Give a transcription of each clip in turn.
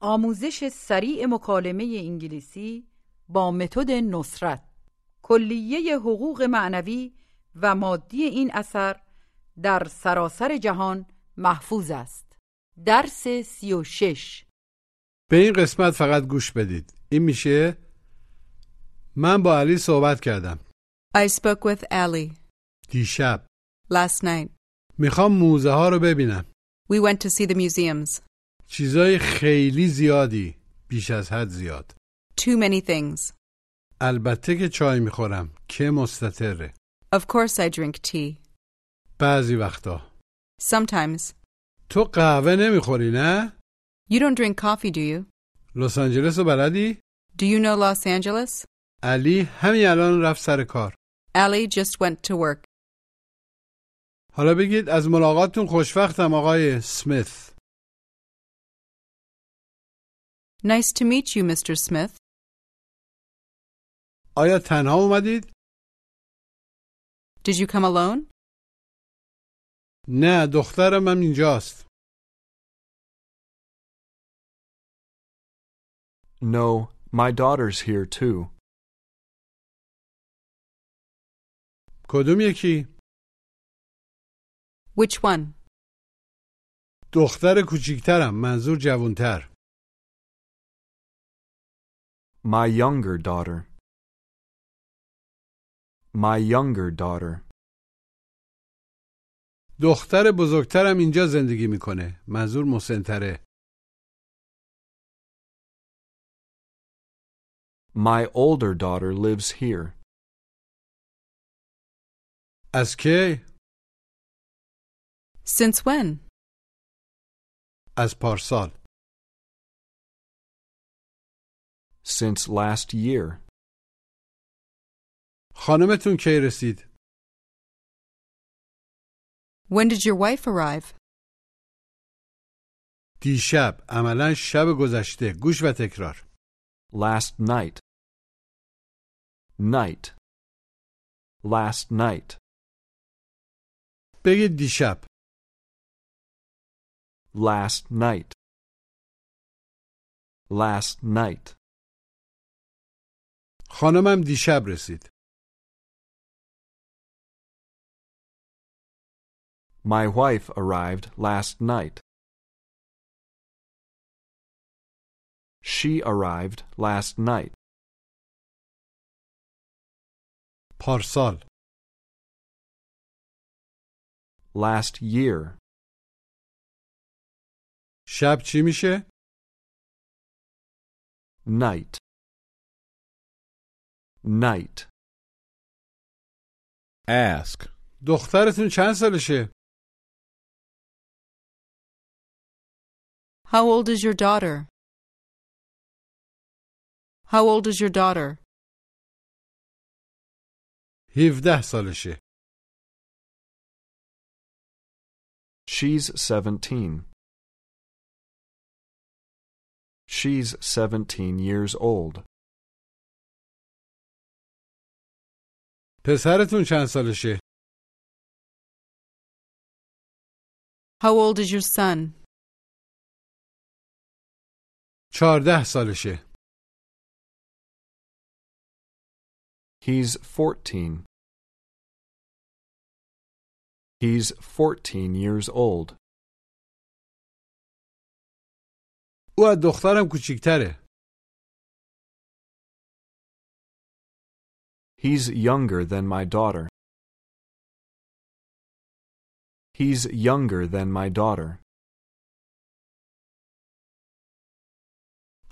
آموزش سریع مکالمه انگلیسی با متد نصرت کلیه حقوق معنوی و مادی این اثر در سراسر جهان محفوظ است درس سی و شش به این قسمت فقط گوش بدید این میشه من با علی صحبت کردم I spoke with Ali دیشب last night. میخوام موزه ها رو ببینم We went to see the museums. چیزای خیلی زیادی بیش از حد زیاد Too many things. البته که چای میخورم که مستطره Of course, I drink tea. بعضی وقتا Sometimes. تو قهوه نمیخوری نه؟ You don't drink coffee, do you? لس آنجلس رو بلدی؟ Do you know Los Angeles? علی همین الان رفت سر کار Ali just went to work. حالا بگید از ملاقاتتون خوشوقتم آقای سمیت Nice to meet you, Mr. Smith. آیا تنها اومدید؟ Did you come alone? نه دخترم هم اینجاست No, my daughter's here too. کدوم یکی؟ Which one? دختر کوچیکترم منظور جوانتر My younger daughter. My younger daughter. دختر بزرگترم اینجا زندگی میکنه منظور مسنتره My older daughter lives here. از کی؟ Since when? از پارسال Since last year. خانمتون کی رسید؟ When did your wife arrive? دیشب عملا شب گذشته گوش و تکرار Last night. Night. Last night. بگید دیشب Last night. Last night. خانمم دیشب رسید My wife arrived last night. She arrived last night. پارسال Last year. شب چی میشه؟ Night. Night. Ask. دخترتون چند سالشه؟ How old is your daughter? How old is your daughter? 17 سالشه She's 17. She's 17 years old. پسرتون چند سالشه؟ How old is your son? 14 سالشه He's 14. He's 14 years old. او از دخترم کوچیکتره He's younger than my daughter. He's younger than my daughter.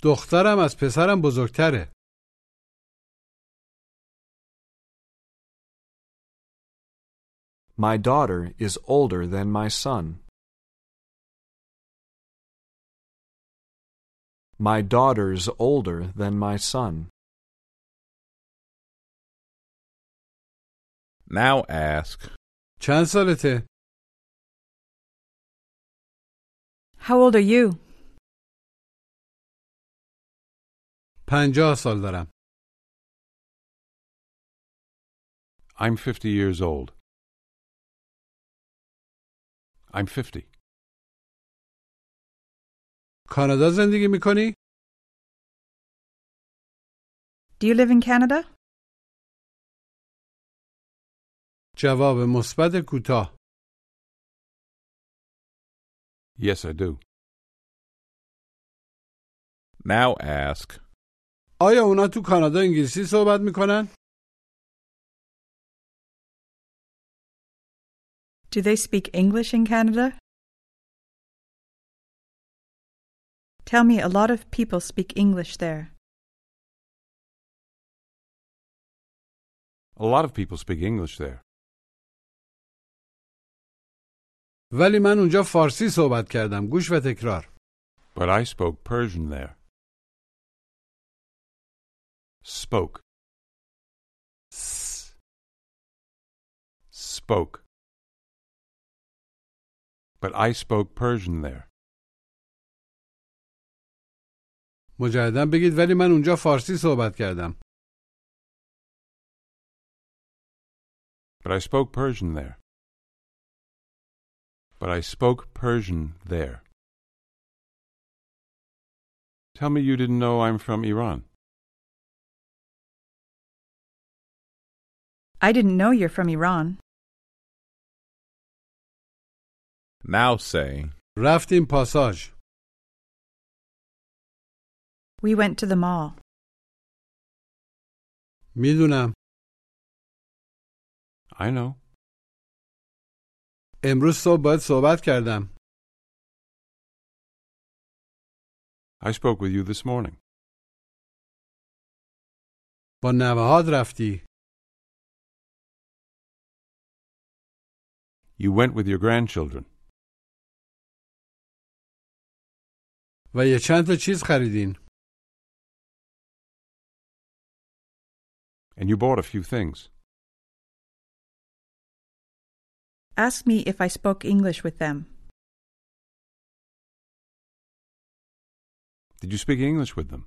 دخترم از پسرم بزرگتره My daughter is older than my son. My daughter's older than my son. Now ask, چند سالته؟ How old are you? پنجاه سال دارم. I'm 50 years old. I'm 50. کانادا زندگی میکنی؟ Do you live in Canada? جواب مثبت کوتاه. Yes, I do. Now ask, آیا اونا تو کانادا انگلیسی صحبت میکنن؟ Do they speak English in Canada? Tell me a lot of people speak English there. a lot of people speak English there, ولی من اونجا فارسی صحبت کردم. گوش و تکرار. but I spoke Persian there. Spoke. S- Spoke. But I spoke Persian there. مجددا بگید ولی من اونجا فارسی صحبت کردم. But I spoke Persian there. But I spoke Persian there. Tell me you didn't know I'm from Iran. I didn't know you're from Iran. Now say, رفتیم پاساژ. We went to the mall. میدونم. I know. امروز صبح باید صحبت کردم. I spoke with you this morning. با نوهاد رفتی. You went with your grandchildren. و یه چند تا چیز خریدین. And you bought a few things. Ask me if I spoke English with them. Did you speak English with them?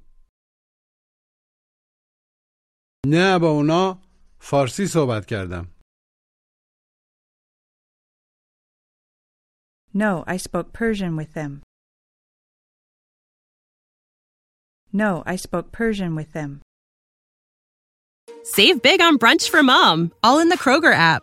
نه با اونا فارسی صحبت کردم. No, I spoke Persian with them. No, I spoke Persian with them. Save big on brunch for mom, all in the Kroger app.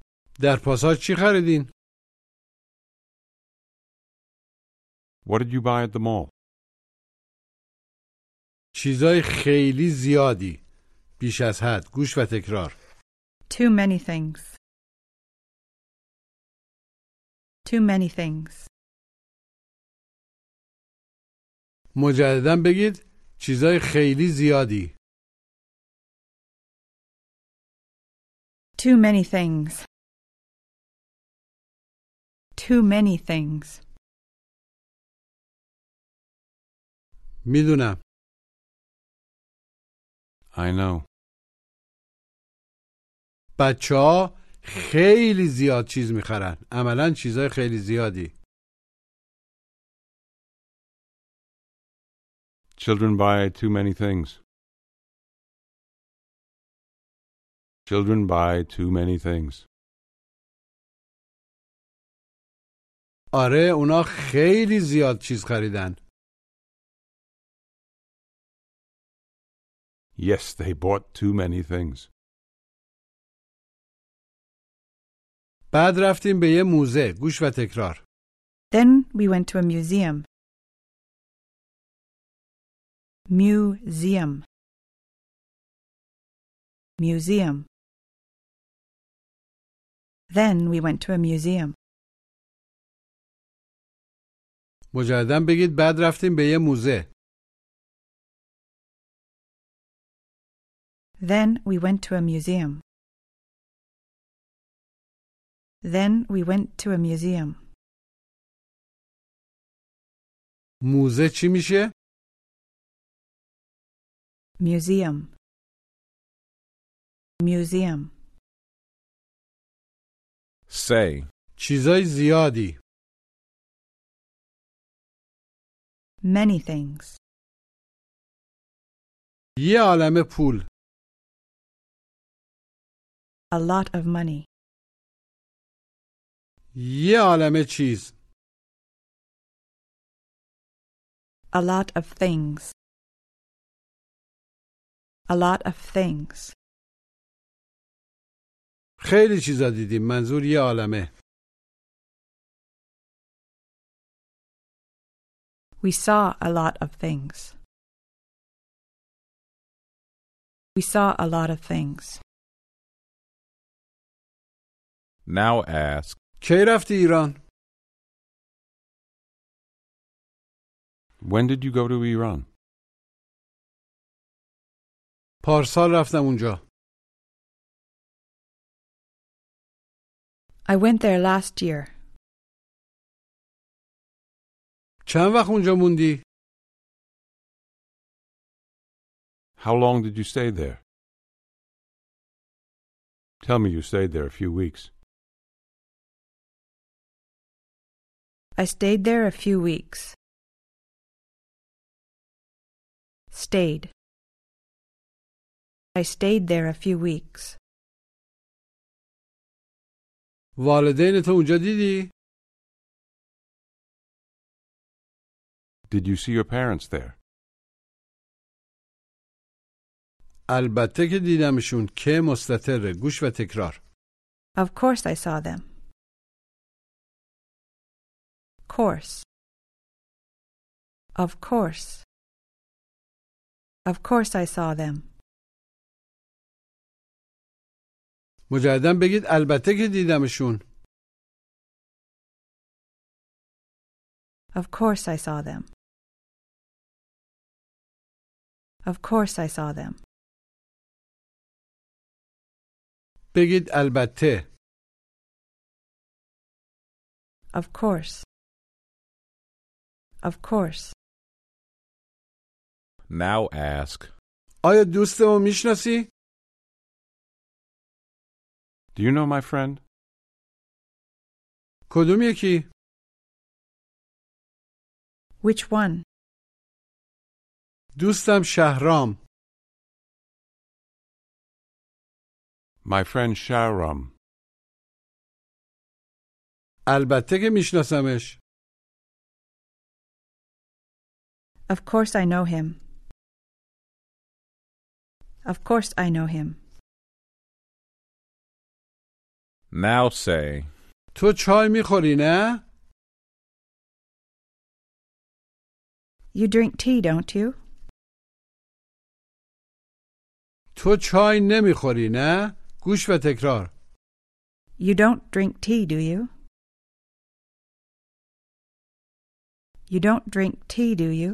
در پاساژ چی خریدین؟ What did you buy at the mall? چیزای خیلی زیادی. بیش از حد. گوش و تکرار. Too many things. Too many things. مجددا بگید چیزای خیلی زیادی. Too many things. Too many things. میدونم. I know. بچه ها خیلی زیاد چیز میخرن عملا چیزای خیلی زیادی Children buy too many things. Children buy too many things. آره اونا خیلی زیاد چیز خریدن Yes, they bought too many things. بعد رفتیم به یه موزه گوش و تکرار Then we went to a museum. Museum. Museum. Then we went to a museum. مجددا بگید بعد رفتیم به یه موزه Then we went to a museum. Then we went to a museum. موزه چی میشه؟ Museum. Museum. Say. چیزای زیادی Many things. یه عالم پول A lot of money. یه عالم چیز A lot of things. A lot of things. خیلی چیزا دیدیم منظور یه عالمه We saw a lot of things. We saw a lot of things. Now ask. کی رفتی ایران؟ When did you go to Iran? پارسال رفتم اونجا I went there last year. چند وقت اونجا موندی؟ How long did you stay there? Tell me you stayed there a few weeks. I stayed there a few weeks. Stayed. I stayed there a few weeks. والدین تو اونجا دیدی؟ Did you see your parents there? البته که دیدمشون که مستطر گوش و تکرار Of course I saw them. Course. Of course. Of course I saw them. مجددا بگید البته که دیدمشون Of course I saw them. Of course I saw them. بگید البته Of course. Of course. Now ask. آیا دوستمو میشناسی؟ Do you know my friend? کدوم یکی؟ Which one? دوستم شهرام My friend Shahram. البته که میشناسمش Of course I know him. Of course I know him. Now say. تو چای میخوری نه؟ You drink tea, don't you? تو چای نمیخوری نه؟ گوش و تکرار You don't drink tea, do you? You don't drink tea, do you?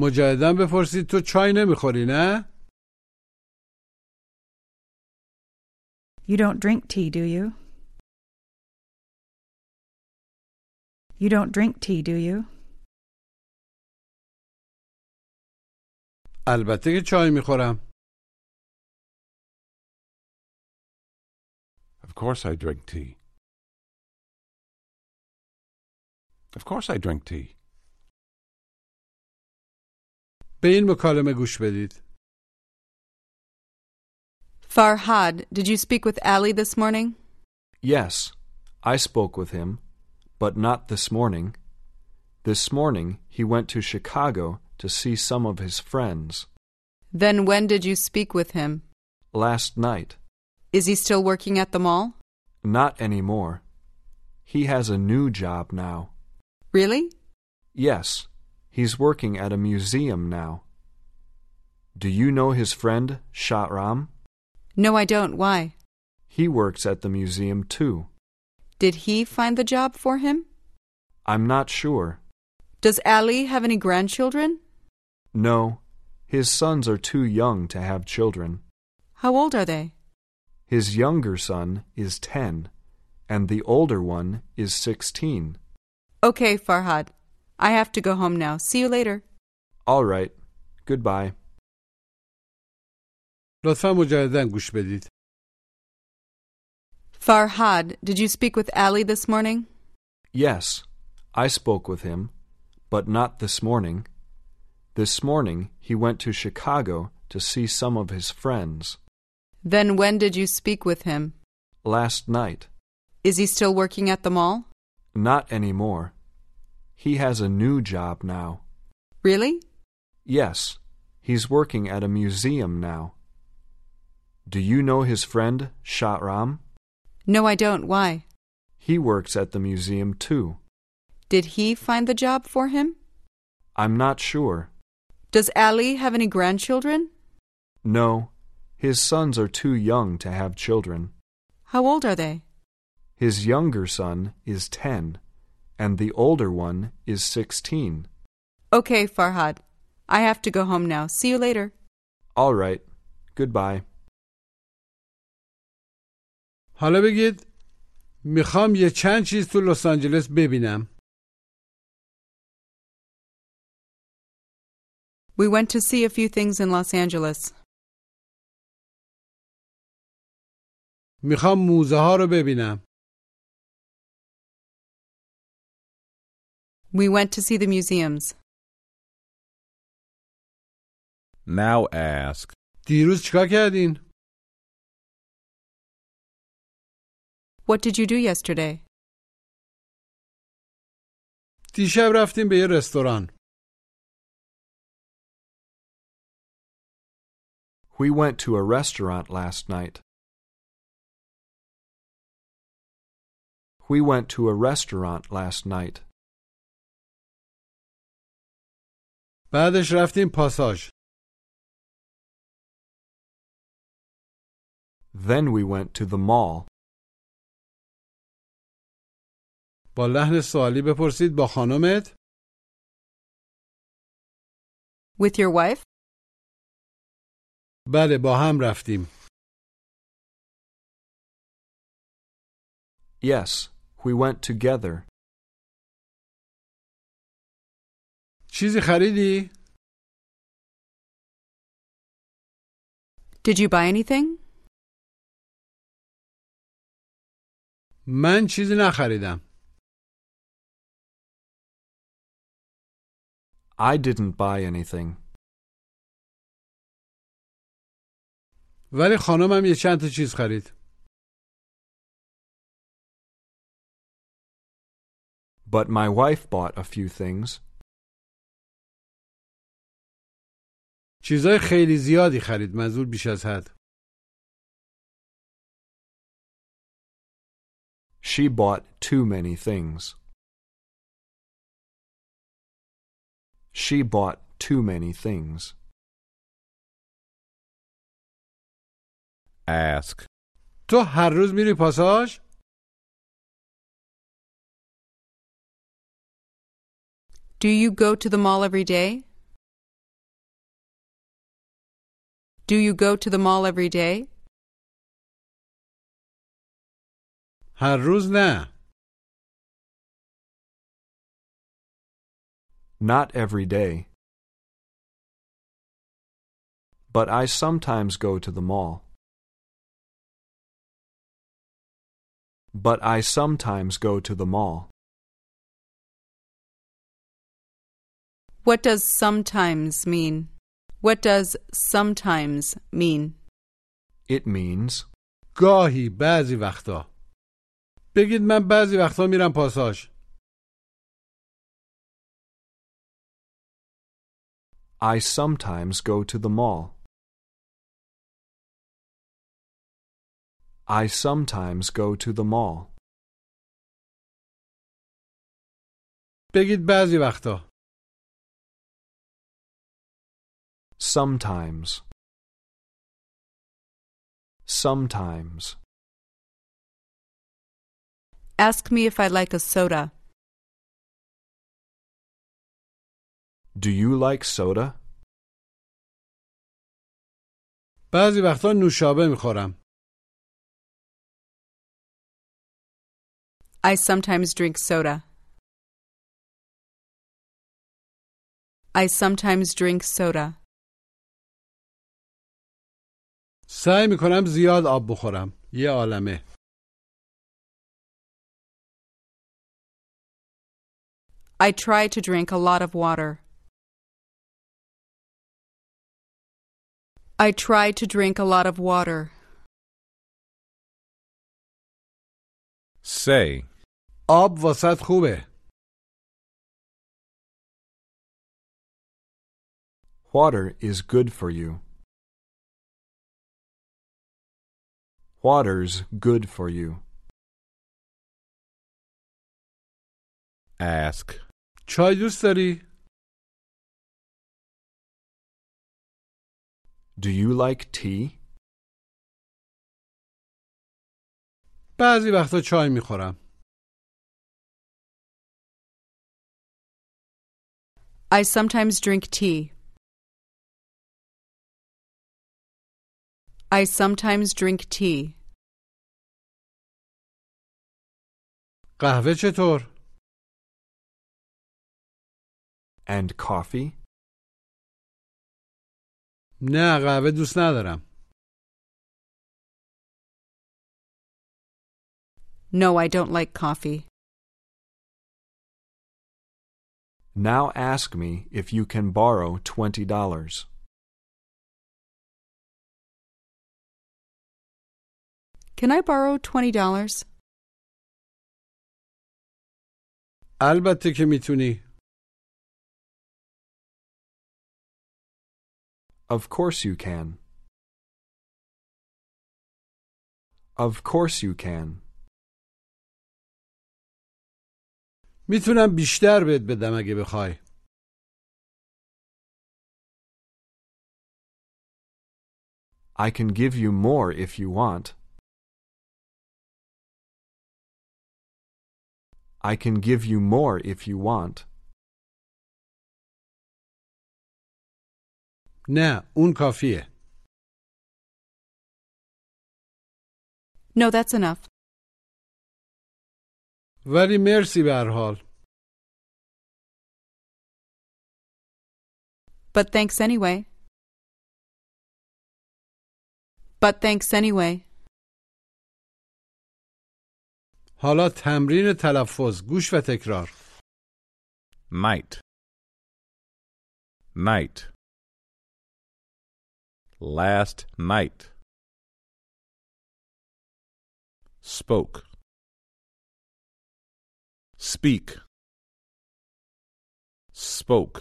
مجددا بپرسید تو چای نمیخوری نه؟ You don't drink tea, do you? You don't drink tea, do you? البته که چای میخورم Of course I drink tea. Of course I drink tea. به این مکالمه گوش بدید Farhad, did you speak with Ali this morning? Yes, I spoke with him, but not this morning. This morning he went to Chicago to see some of his friends. Then when did you speak with him? Last night. Is he still working at the mall? Not anymore. He has a new job now. Really? Yes, he's working at a museum now. Do you know his friend, Shatram? No, I don't. Why? He works at the museum too. Did he find the job for him? I'm not sure. Does Ali have any grandchildren? No, his sons are too young to have children. How old are they? His younger son is 10, and the older one is 16. Okay, Farhad. I have to go home now. See you later. All right. Goodbye. لطفا مجددا گوش بدید Farhad, did you speak with Ali this morning? Yes, I spoke with him, but not this morning. This morning he went to Chicago to see some of his friends. Then when did you speak with him? Last night. Is he still working at the mall? Not anymore. He has a new job now. Really? Yes, he's working at a museum now. Do you know his friend, Shatram? No, I don't. Why? He works at the museum too. Did he find the job for him? I'm not sure. Does Ali have any grandchildren? No, his sons are too young to have children. How old are they? His younger son is 10, and the older one is 16. Okay, Farhad. I have to go home now. See you later. All right. Goodbye. حالا بگید میخوام یه چند چیز تو لس آنجلس ببینم We went to see a few things in Los Angeles. میخوام موزه ها رو ببینم We went to see the museums. Now ask. دیروز چیکار کردین What did you do yesterday? دیشب رفتیم به یه رستوران We went to a restaurant last night. We went to a restaurant last night. بعدش رفتیم پاساژ Then we went to the mall. با لحن سوالی بپرسید با خانمت With your wife? بله با هم رفتیم Yes, we went together. چیزی خریدی Did you buy anything? من چیزی نخریدم I didn't buy anything, ولی خانمم یه چند تا چیز خرید but my wife bought a few things. چیزای خیلی زیادی خرید منظور بیش از حد She bought too many things. She bought too many things. Ask. تو هر روز میری پاساژ Do you go to the mall every day? Do you go to the mall every day? هر روز نه Not every day. But I sometimes go to the mall. But I sometimes go to the mall. What does sometimes mean? What does sometimes mean? It means گاهی بعضی وقتا بگید من بعضی وقتا میرم پاساژ I sometimes go to the mall. I sometimes go to the mall. بگید بعضی وقتا Sometimes. Sometimes. Ask me if I like a soda. Do you like soda? بعضی وقتا نوشابه میخورم I sometimes drink soda. I sometimes drink soda. سعی میکنم زیاد آب بخورم یه عالمه I try to drink a lot of water. I try to drink a lot of water. Say. آب واسط خوبه Water is good for you. Water's good for you. Ask. چای دوست داری؟ Do you like tea? بعضی وقتا چای میخورم I sometimes drink tea. I sometimes drink tea. قهوه چطور؟ And coffee? نه قهوه دوست ندارم No, I don't like coffee. Now ask me if you can borrow twenty dollars. Can I borrow $20? البته که میتونی Of course you can. Of course you can. میتونم بیشتر بهت بدم اگه بخوای I can give you more if you want. I can give you more if you want. نه اون کافیه No, that's enough. ولی مرسی به هر حال But thanks anyway. But thanks anyway. حالا تمرین تلفظ گوش و تکرار Might. Night. Last night. Spoke. Speak. Spoke.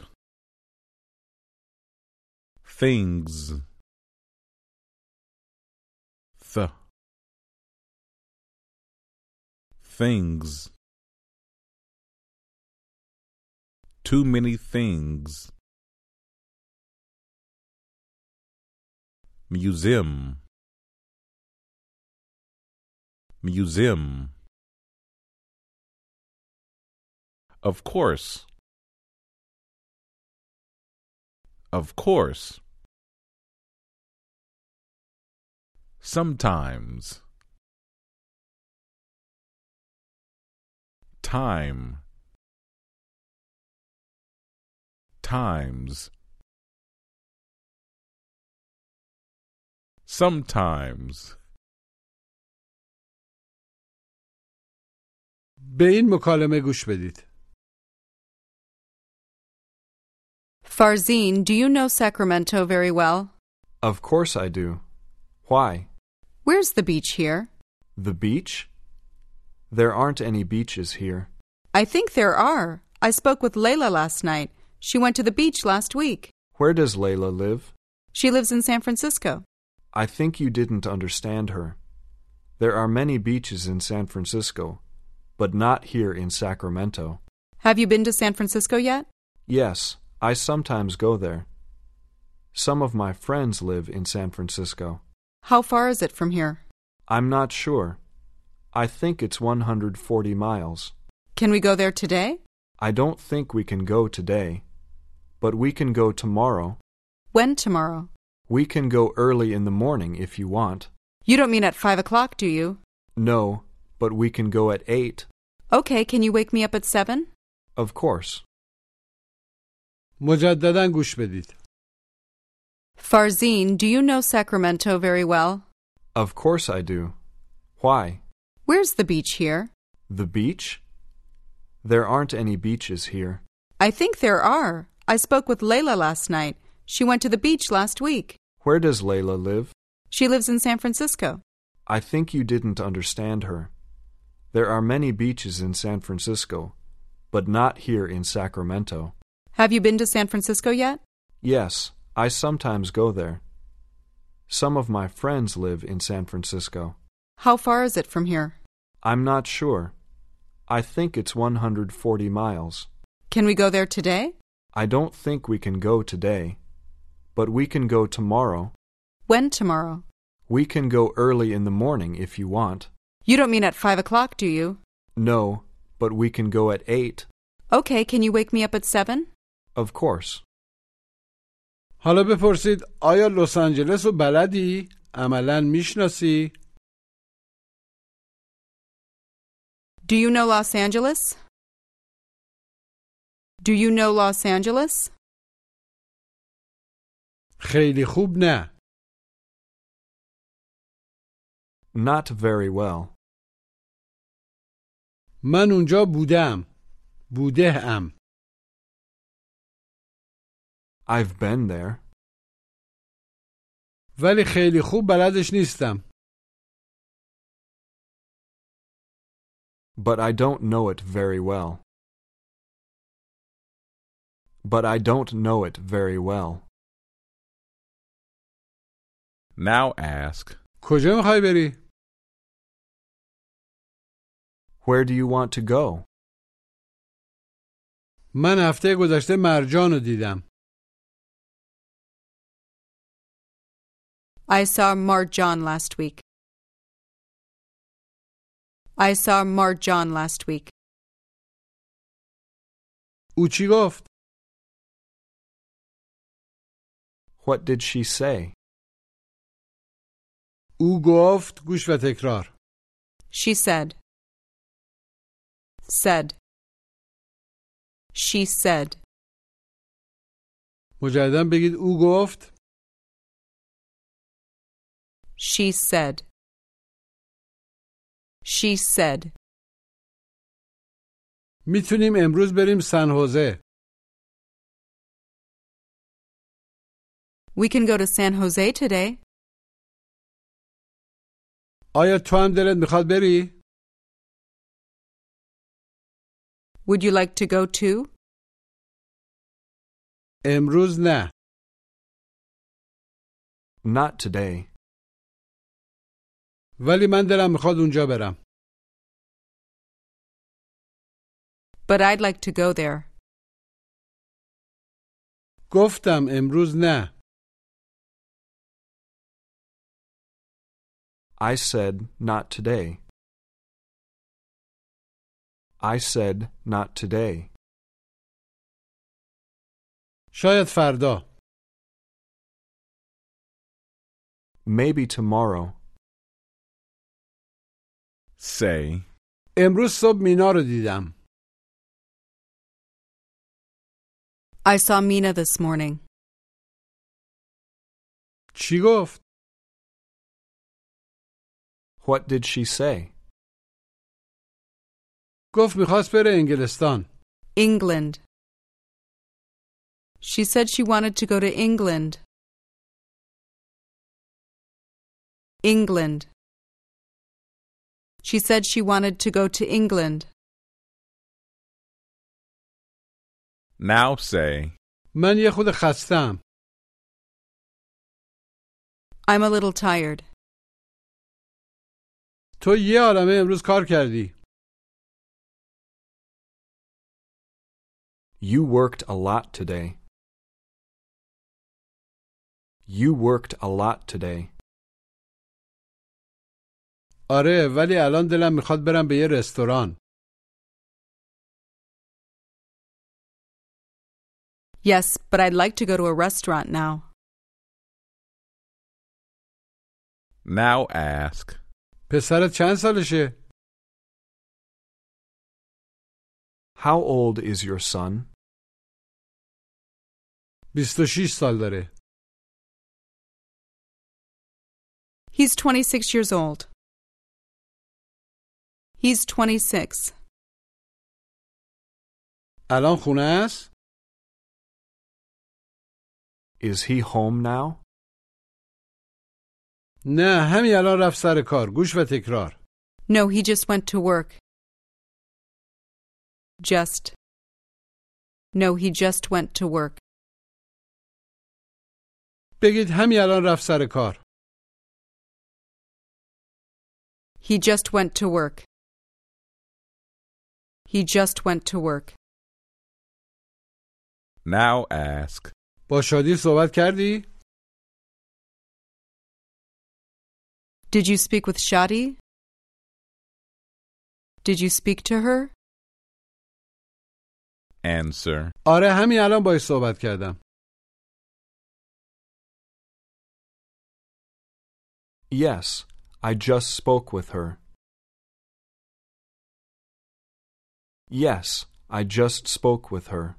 Things. The. Things. Too many things. Museum. Museum. Of course. Of course. Sometimes. Time. Times. Sometimes. به این مکالمه گوش بدید Farzine, do you know Sacramento very well? Of course I do. Why? Where's the beach here? The beach? There aren't any beaches here. I think there are. I spoke with Layla last night. She went to the beach last week. Where does Layla live? She lives in San Francisco. I think you didn't understand her. There are many beaches in San Francisco, but not here in Sacramento. Have you been to San Francisco yet? Yes, I sometimes go there. Some of my friends live in San Francisco. How far is it from here? I'm not sure. I think it's 140 miles. Can we go there today? I don't think we can go today, but we can go tomorrow. When tomorrow? We can go early in the morning if you want. You don't mean at five o'clock, do you? No, but we can go at 8. Okay, can you wake me up at seven? Of course. مجددا گوش بدید Farzine, do you know Sacramento very well? Of course I do. Why? Where's the beach here? The beach? There aren't any beaches here. I think there are. I spoke with Layla last night. She went to the beach last week. Where does Layla live? She lives in San Francisco. I think you didn't understand her. There are many beaches in San Francisco, but not here in Sacramento. Have you been to San Francisco yet? Yes, I sometimes go there. Some of my friends live in San Francisco. How far is it from here? I'm not sure. I think it's 140 miles. Can we go there today? I don't think we can go today, but we can go tomorrow. When tomorrow? We can go early in the morning if you want. You don't mean at five o'clock, do you? No, but we can go at 8. Okay, can you wake me up at seven? Of course. حالا بپرسید آیا لس آنجلس رو بلدی عملا میشناسی Do you know Los Angeles? Do you know Los Angeles? خیلی خوب نه Not very well. من اونجا بودم بوده ام I've been there, ولی خیلی خوب بلدش نیستم but I don't know it very well. But I don't know it very well. Now ask. کجا میخوای بری Where do you want to go? من هفته گذشته مرجان رو دیدم I saw Marjan last week. I saw Marjan last week. او چی گفت What did she say? او گفت گوش و تکرار She said. Said. She said. مجددا بگید او گفت She said. She said. میتونیم امروز بریم سن حوزه We can go to San Jose today. آیا تو هم دلت میخواد بری Would you like to go too? امروز نه Not today, ولی من دلم میخواد اونجا برم But I'd like to go there. گفتم امروز نه I said not today. I said not today. شاید فردا Maybe tomorrow. Say. امروز صبح مینا رو دیدم I saw Mina this morning. چی گفت What did she say? گفت میخواست بره انگلستان England. She said she wanted to go to England. England. She said she wanted to go to England. Now say. من یه خود خستم I'm a little tired. تو یه عالمه امروز کار کردی You worked a lot today. You worked a lot today. آره ولی الان دلم میخواد برم به یه رستوران Yes, but I'd like to go to a restaurant now. Now ask. پسرت چند سالشه How old is your son? 26 سال داره He's 26 years old. He's 26. الان خونه است Is he home now? نه همین الان رفت سر کار گوش و تکرار No, he just went to work. Just. No, he just went to work. بگید همین الان رفت سر کار He just went to work. He just went to work. Now ask. با شادی صحبت کردی Did you speak with Shadi? Did you speak to her? Answer. آره همین الان باش صحبت کردم Yes, I just spoke with her. Yes, I just spoke with her.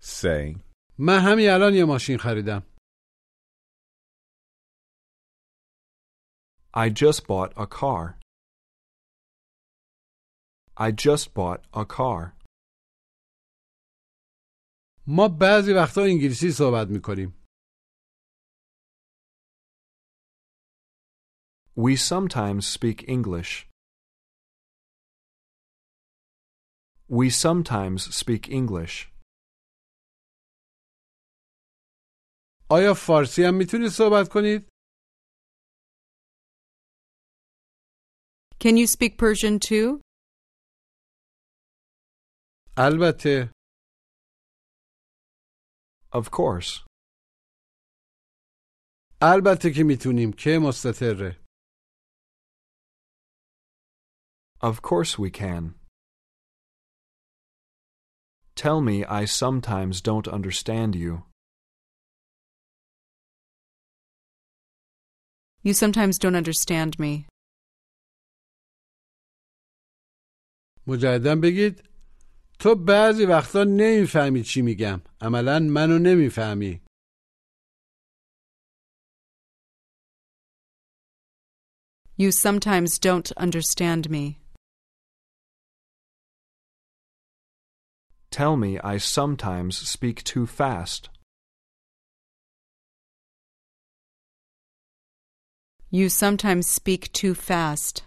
Say. من همین الان یه ماشین خریدم I just bought a car. I just bought a car. ما بعضی وقتا انگلیسی صحبت میکنیم We sometimes speak English. We sometimes speak English. آیا فارسی هم میتونید صحبت کنید Can you speak Persian too? البته Of course. البته که میتونیم که مستطره Of course we can. Tell me I sometimes don't understand you. You sometimes don't understand me. مجددا بگید تو بعضی وقتا نمیفهمی چی میگم عملا منو نمیفهمی You sometimes don't understand me. Tell me I sometimes speak too fast. You sometimes speak too fast.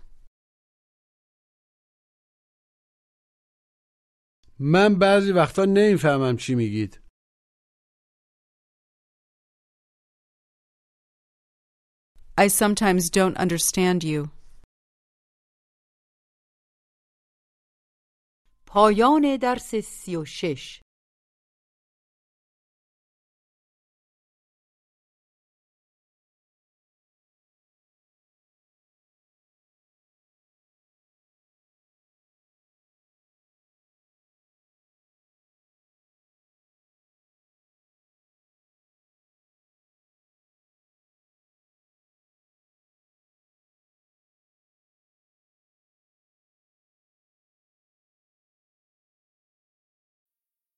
من بعضی وقتا نمیفهمم چی میگید I sometimes don't understand you. پایان درس سی و شش